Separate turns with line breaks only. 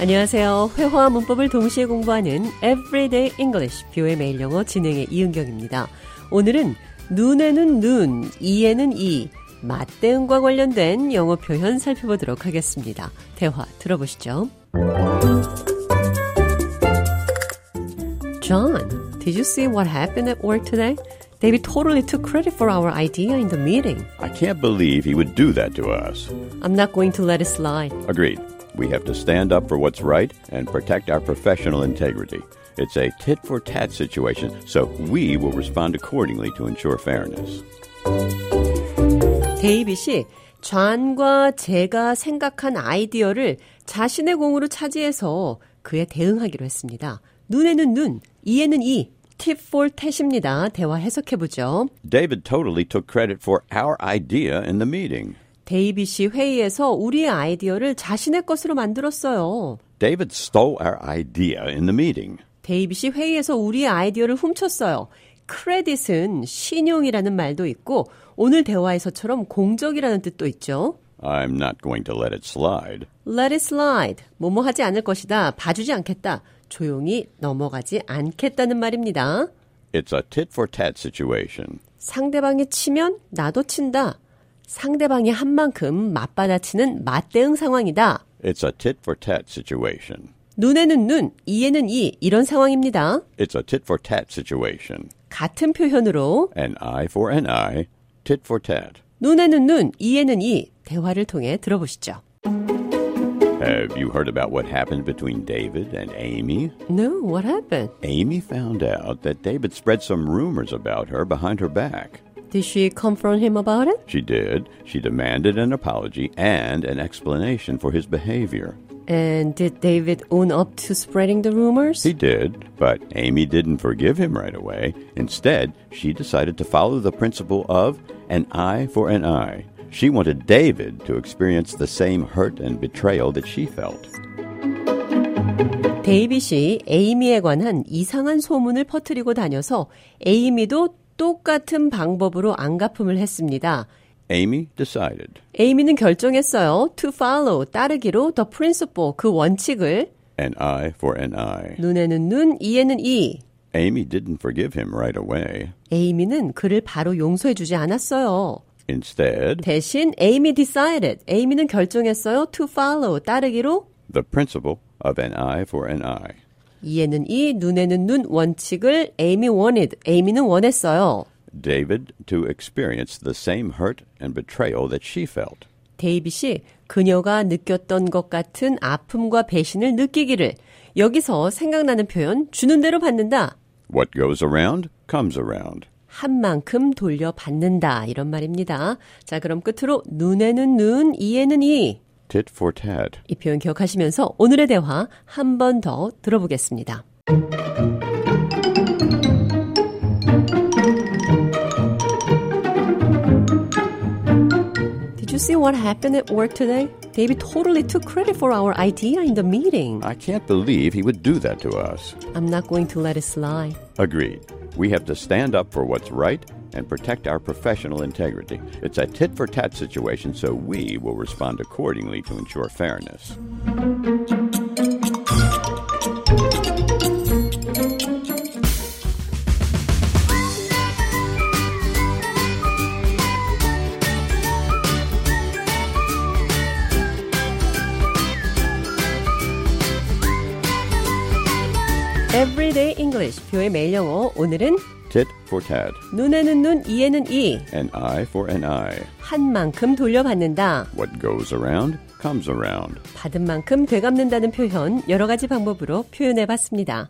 안녕하세요. 회화와 문법을 동시에 공부하는 Everyday English 뷰의 매일 영어 진행의 이은경입니다. 오늘은 눈에는 눈, 이에는 이, 맞대응과 관련된 영어 표현 살펴보도록 하겠습니다. 대화 들어보시죠. John, did you see what happened at work today? David totally took credit for our idea in the meeting.
I can't believe he would do that to us.
I'm not going to let it slide.
Agreed. We have to stand up for what's right and protect our professional integrity. It's a tit for tat situation, so we will respond accordingly to ensure fairness.
데이비 씨, 좌안과 제가 생각한 아이디어를 자신의 공으로 차지해서 그에 대응하기로 했습니다. 눈에는 눈, 이에는 이. 팁 for 탓입니다. 대화 해석해보죠.
David totally took credit for our idea in the meeting.
데이비 씨 회의에서 우리의 아이디어를 자신의 것으로 만들었어요.
David stole our idea in the meeting.
데이비 씨 회의에서 우리의 아이디어를 훔쳤어요. 크레딧은 신용이라는 말도 있고 오늘 대화에서처럼 공적이라는 뜻도 있죠.
I'm not going to let it slide.
Let it slide. 뭐뭐 하지 않을 것이다. 봐주지 않겠다. 조용히 넘어가지 않겠다는 말입니다.
It's a tit for tat situation.
상대방이 치면 나도 친다. 상대방이 한 만큼 맞받아치는 맞대응 상황이다.
It's a tit for tat situation.
눈에는 눈, 이에는 이 이런 상황입니다.
It's a tit for tat situation.
같은 표현으로
An eye for an eye, tit for tat.
눈에는 눈, 이에는 이 대화를 통해 들어보시죠.
Have you heard about what happened between David and Amy?
No, what happened?
Amy found out that David spread some rumors about her behind her back.
Did she confront him about it?
She did. She demanded an apology and an explanation for his behavior.
And did David own up to spreading the rumors?
He did, but Amy didn't forgive him right away. Instead, she decided to follow the principle of an eye for an eye. She wanted David to experience the same hurt and betrayal that she felt.
데이빗이 에이미에 관한 이상한 소문을 퍼뜨리고 다녀서 에이미도 똑같은 방법으로 안가품을 했습니다.
Amy decided,
에이미는 결정했어요. To follow, 따르기로 the principle, 그 원칙을
an eye for an eye.
눈에는 눈, 이에는 이.
Amy didn't forgive him right away.
에이미는 그를 바로 용서해주지 않았어요.
Instead,
대신 에이미 decided, 에이미는 결정했어요. To follow, 따르기로
the principle of an eye for an eye.
이에는 이, 눈에는 눈 원칙을 에이미 wanted, 에이미는 원했어요.
David to experience the same hurt and betrayal that she felt.
데이빗이 그녀가 느꼈던 것 같은 아픔과 배신을 느끼기를 여기서 생각나는 표현 주는 대로 받는다.
What goes around comes around.
한 만큼 돌려받는다 이런 말입니다. 자 그럼 끝으로 눈에는 눈, 이에는 이.
Tit for tat.
이 표현 기억하시면서 오늘의 대화 한 번 더 들어보겠습니다. Did you see what happened at work today? David totally took credit for our idea in the meeting.
I can't believe he would do that to us.
I'm not going to let it slide.
Agreed. We have to stand up for what's right and protect our professional integrity. It's a tit for tat situation, so we will respond accordingly to ensure fairness.
Everyday English, 뷰의 매일 영어. 오늘은
Tit for tat.
눈에는 눈, 이에는 이.
An eye for an eye.
한 만큼 돌려받는다.
What goes around comes around.
받은 만큼 되갚는다는 표현 여러 가지 방법으로 표현해 봤습니다.